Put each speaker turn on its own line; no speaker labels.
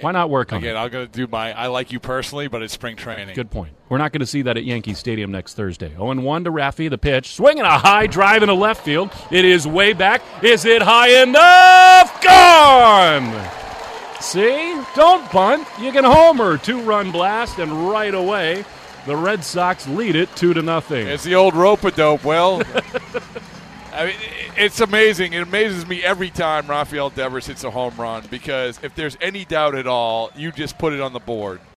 Why not work on
Again, I'm going to do my I like you personally, but it's spring training.
it? Good point. We're not going to see that at Yankee Stadium next Thursday. 0 1 to Raffy, the pitch. Swinging a high drive into left field. It is way back. Is it high enough? Gone! See? Don't bunt. You can homer. Two run blast, and right away, the Red Sox lead it 2 to nothing.
It's the old rope a dope. Well, I mean, i- it's amazing. It amazes me every time Rafael Devers hits a home run because if there's any doubt at all, you just put it on the board.